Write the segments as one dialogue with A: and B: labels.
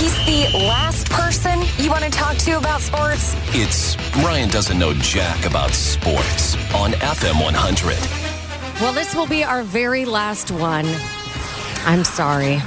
A: He's the last person you want to talk to about sports.
B: It's Ryan doesn't know jack about sports on FM 100.
A: Well, this will be our very last one. I'm sorry.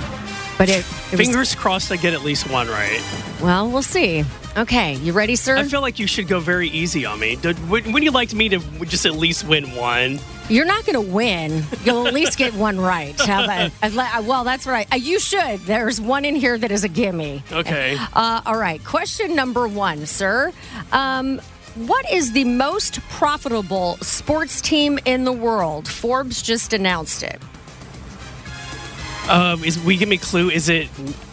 A: But it, it was-
C: Fingers crossed I get at least one right.
A: well, we'll see. Okay, you ready, sir?
C: I feel like you should go very easy on me. Did- Wouldn't wouldn't you like me to just at least win one?
A: You're not going to win. You'll at least get one right. How about, I'd li- well, that's right. Uh, you should. There's one in here that is a gimme.
C: Okay.
A: Uh, all right. Question number one, sir. Um, what is the most profitable sports team in the world? Forbes just announced it.
C: Um, is we give me a clue? Is it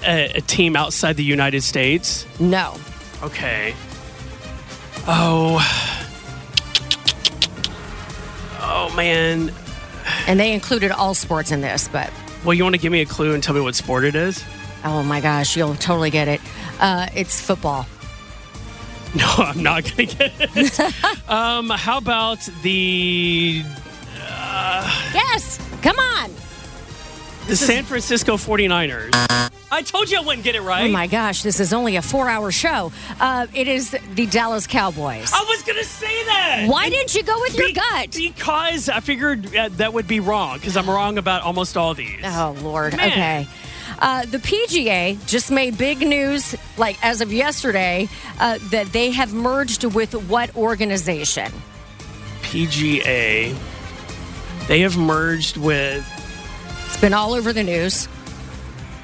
C: a, a team outside the United States?
A: No.
C: Okay. Oh. Oh man.
A: And they included all sports in this, but
C: Well, you want to give me a clue and tell me what sport it is?
A: oh my gosh, you'll totally get it. Uh, it's football.
C: No, I'm not gonna get it. um, how about the
A: Yes. Come on.
C: the San Francisco 49ers? I told you I wouldn't get it right.
A: Oh my gosh, this is only a four hour show. Uh, it is the Dallas Cowboys.
C: I was gonna say that.
A: Why didn't you go with your
C: Be-
A: gut?
C: Because I figured uh, that would be wrong. Because I'm wrong about almost all these.
A: Oh, Lord.
C: Man.
A: Okay. Uh, the PGA just made big news, like as of yesterday, uh, that they have merged with what organization?
C: PGA. They have merged with,
A: It's been all over the news.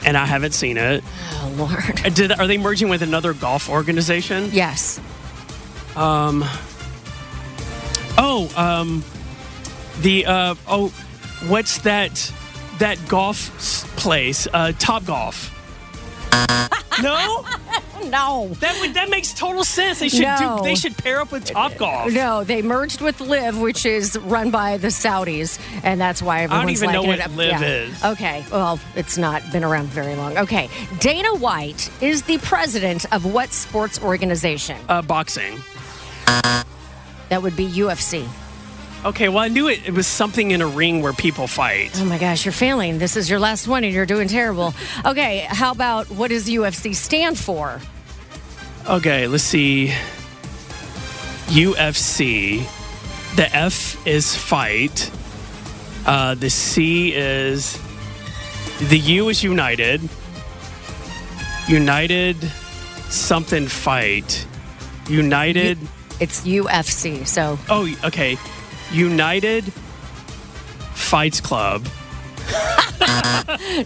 C: and I haven't seen it.
A: Oh, Lord.
C: Uh, Did, are they merging with another golf organization?
A: Yes.
C: Oh, um, the uh, oh, what's that? That golf s- place, uh, Top Golf. no, Oh,
A: No.
C: that would that makes total sense. They should
A: No.
C: do. They should pair up with Top Golf.
A: No, they merged with Live, which is run by the Saudis, and that's why everyone's
C: even know
A: liking
C: what
A: it up.
C: Liv is.
A: Okay, well, it's not been around very long. Okay, Dana White is the president of what sports organization?
C: Uh, boxing.
A: That would be UFC.
C: Okay, well, I knew it. It was something in a ring where people fight.
A: Oh my gosh, you're failing. This is your last one, and you're doing terrible. Okay, how about what does UFC stand for?
C: Okay, let's see. UFC. The F is fight. Uh, the C is. The U is united. United something fight. United.
A: It's UFC. So
C: Oh, okay. United Fights Club.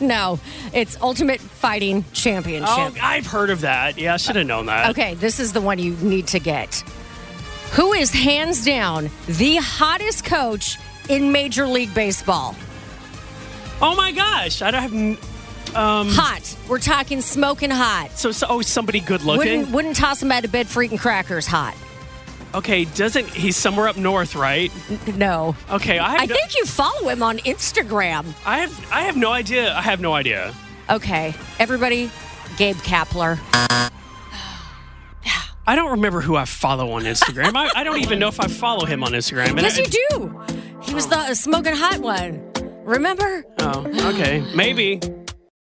A: no, it's Ultimate Fighting Championship.
C: Oh, I've heard of that. Yeah, I should have known that.
A: Okay, this is the one you need to get. Who is hands down the hottest coach in Major League Baseball?
C: Oh my gosh. I don't have. n-
A: Hot. We're talking smoking hot.
C: So, so oh, somebody good looking.
A: Wouldn't wouldn't toss him out of bed for eating crackers. Hot.
C: Okay, doesn't he's somewhere up north, right?
A: No.
C: Okay, I have
A: I
C: no,
A: think you follow him on Instagram.
C: I have I have no idea. I have no idea.
A: Okay, everybody. Gabe Kapler.
C: I don't remember who I follow on Instagram. I, I don't even know if I follow him on Instagram. And
A: Yes,
C: I-
A: you do. He was the smoking hot one. Remember?
C: Oh, okay, maybe.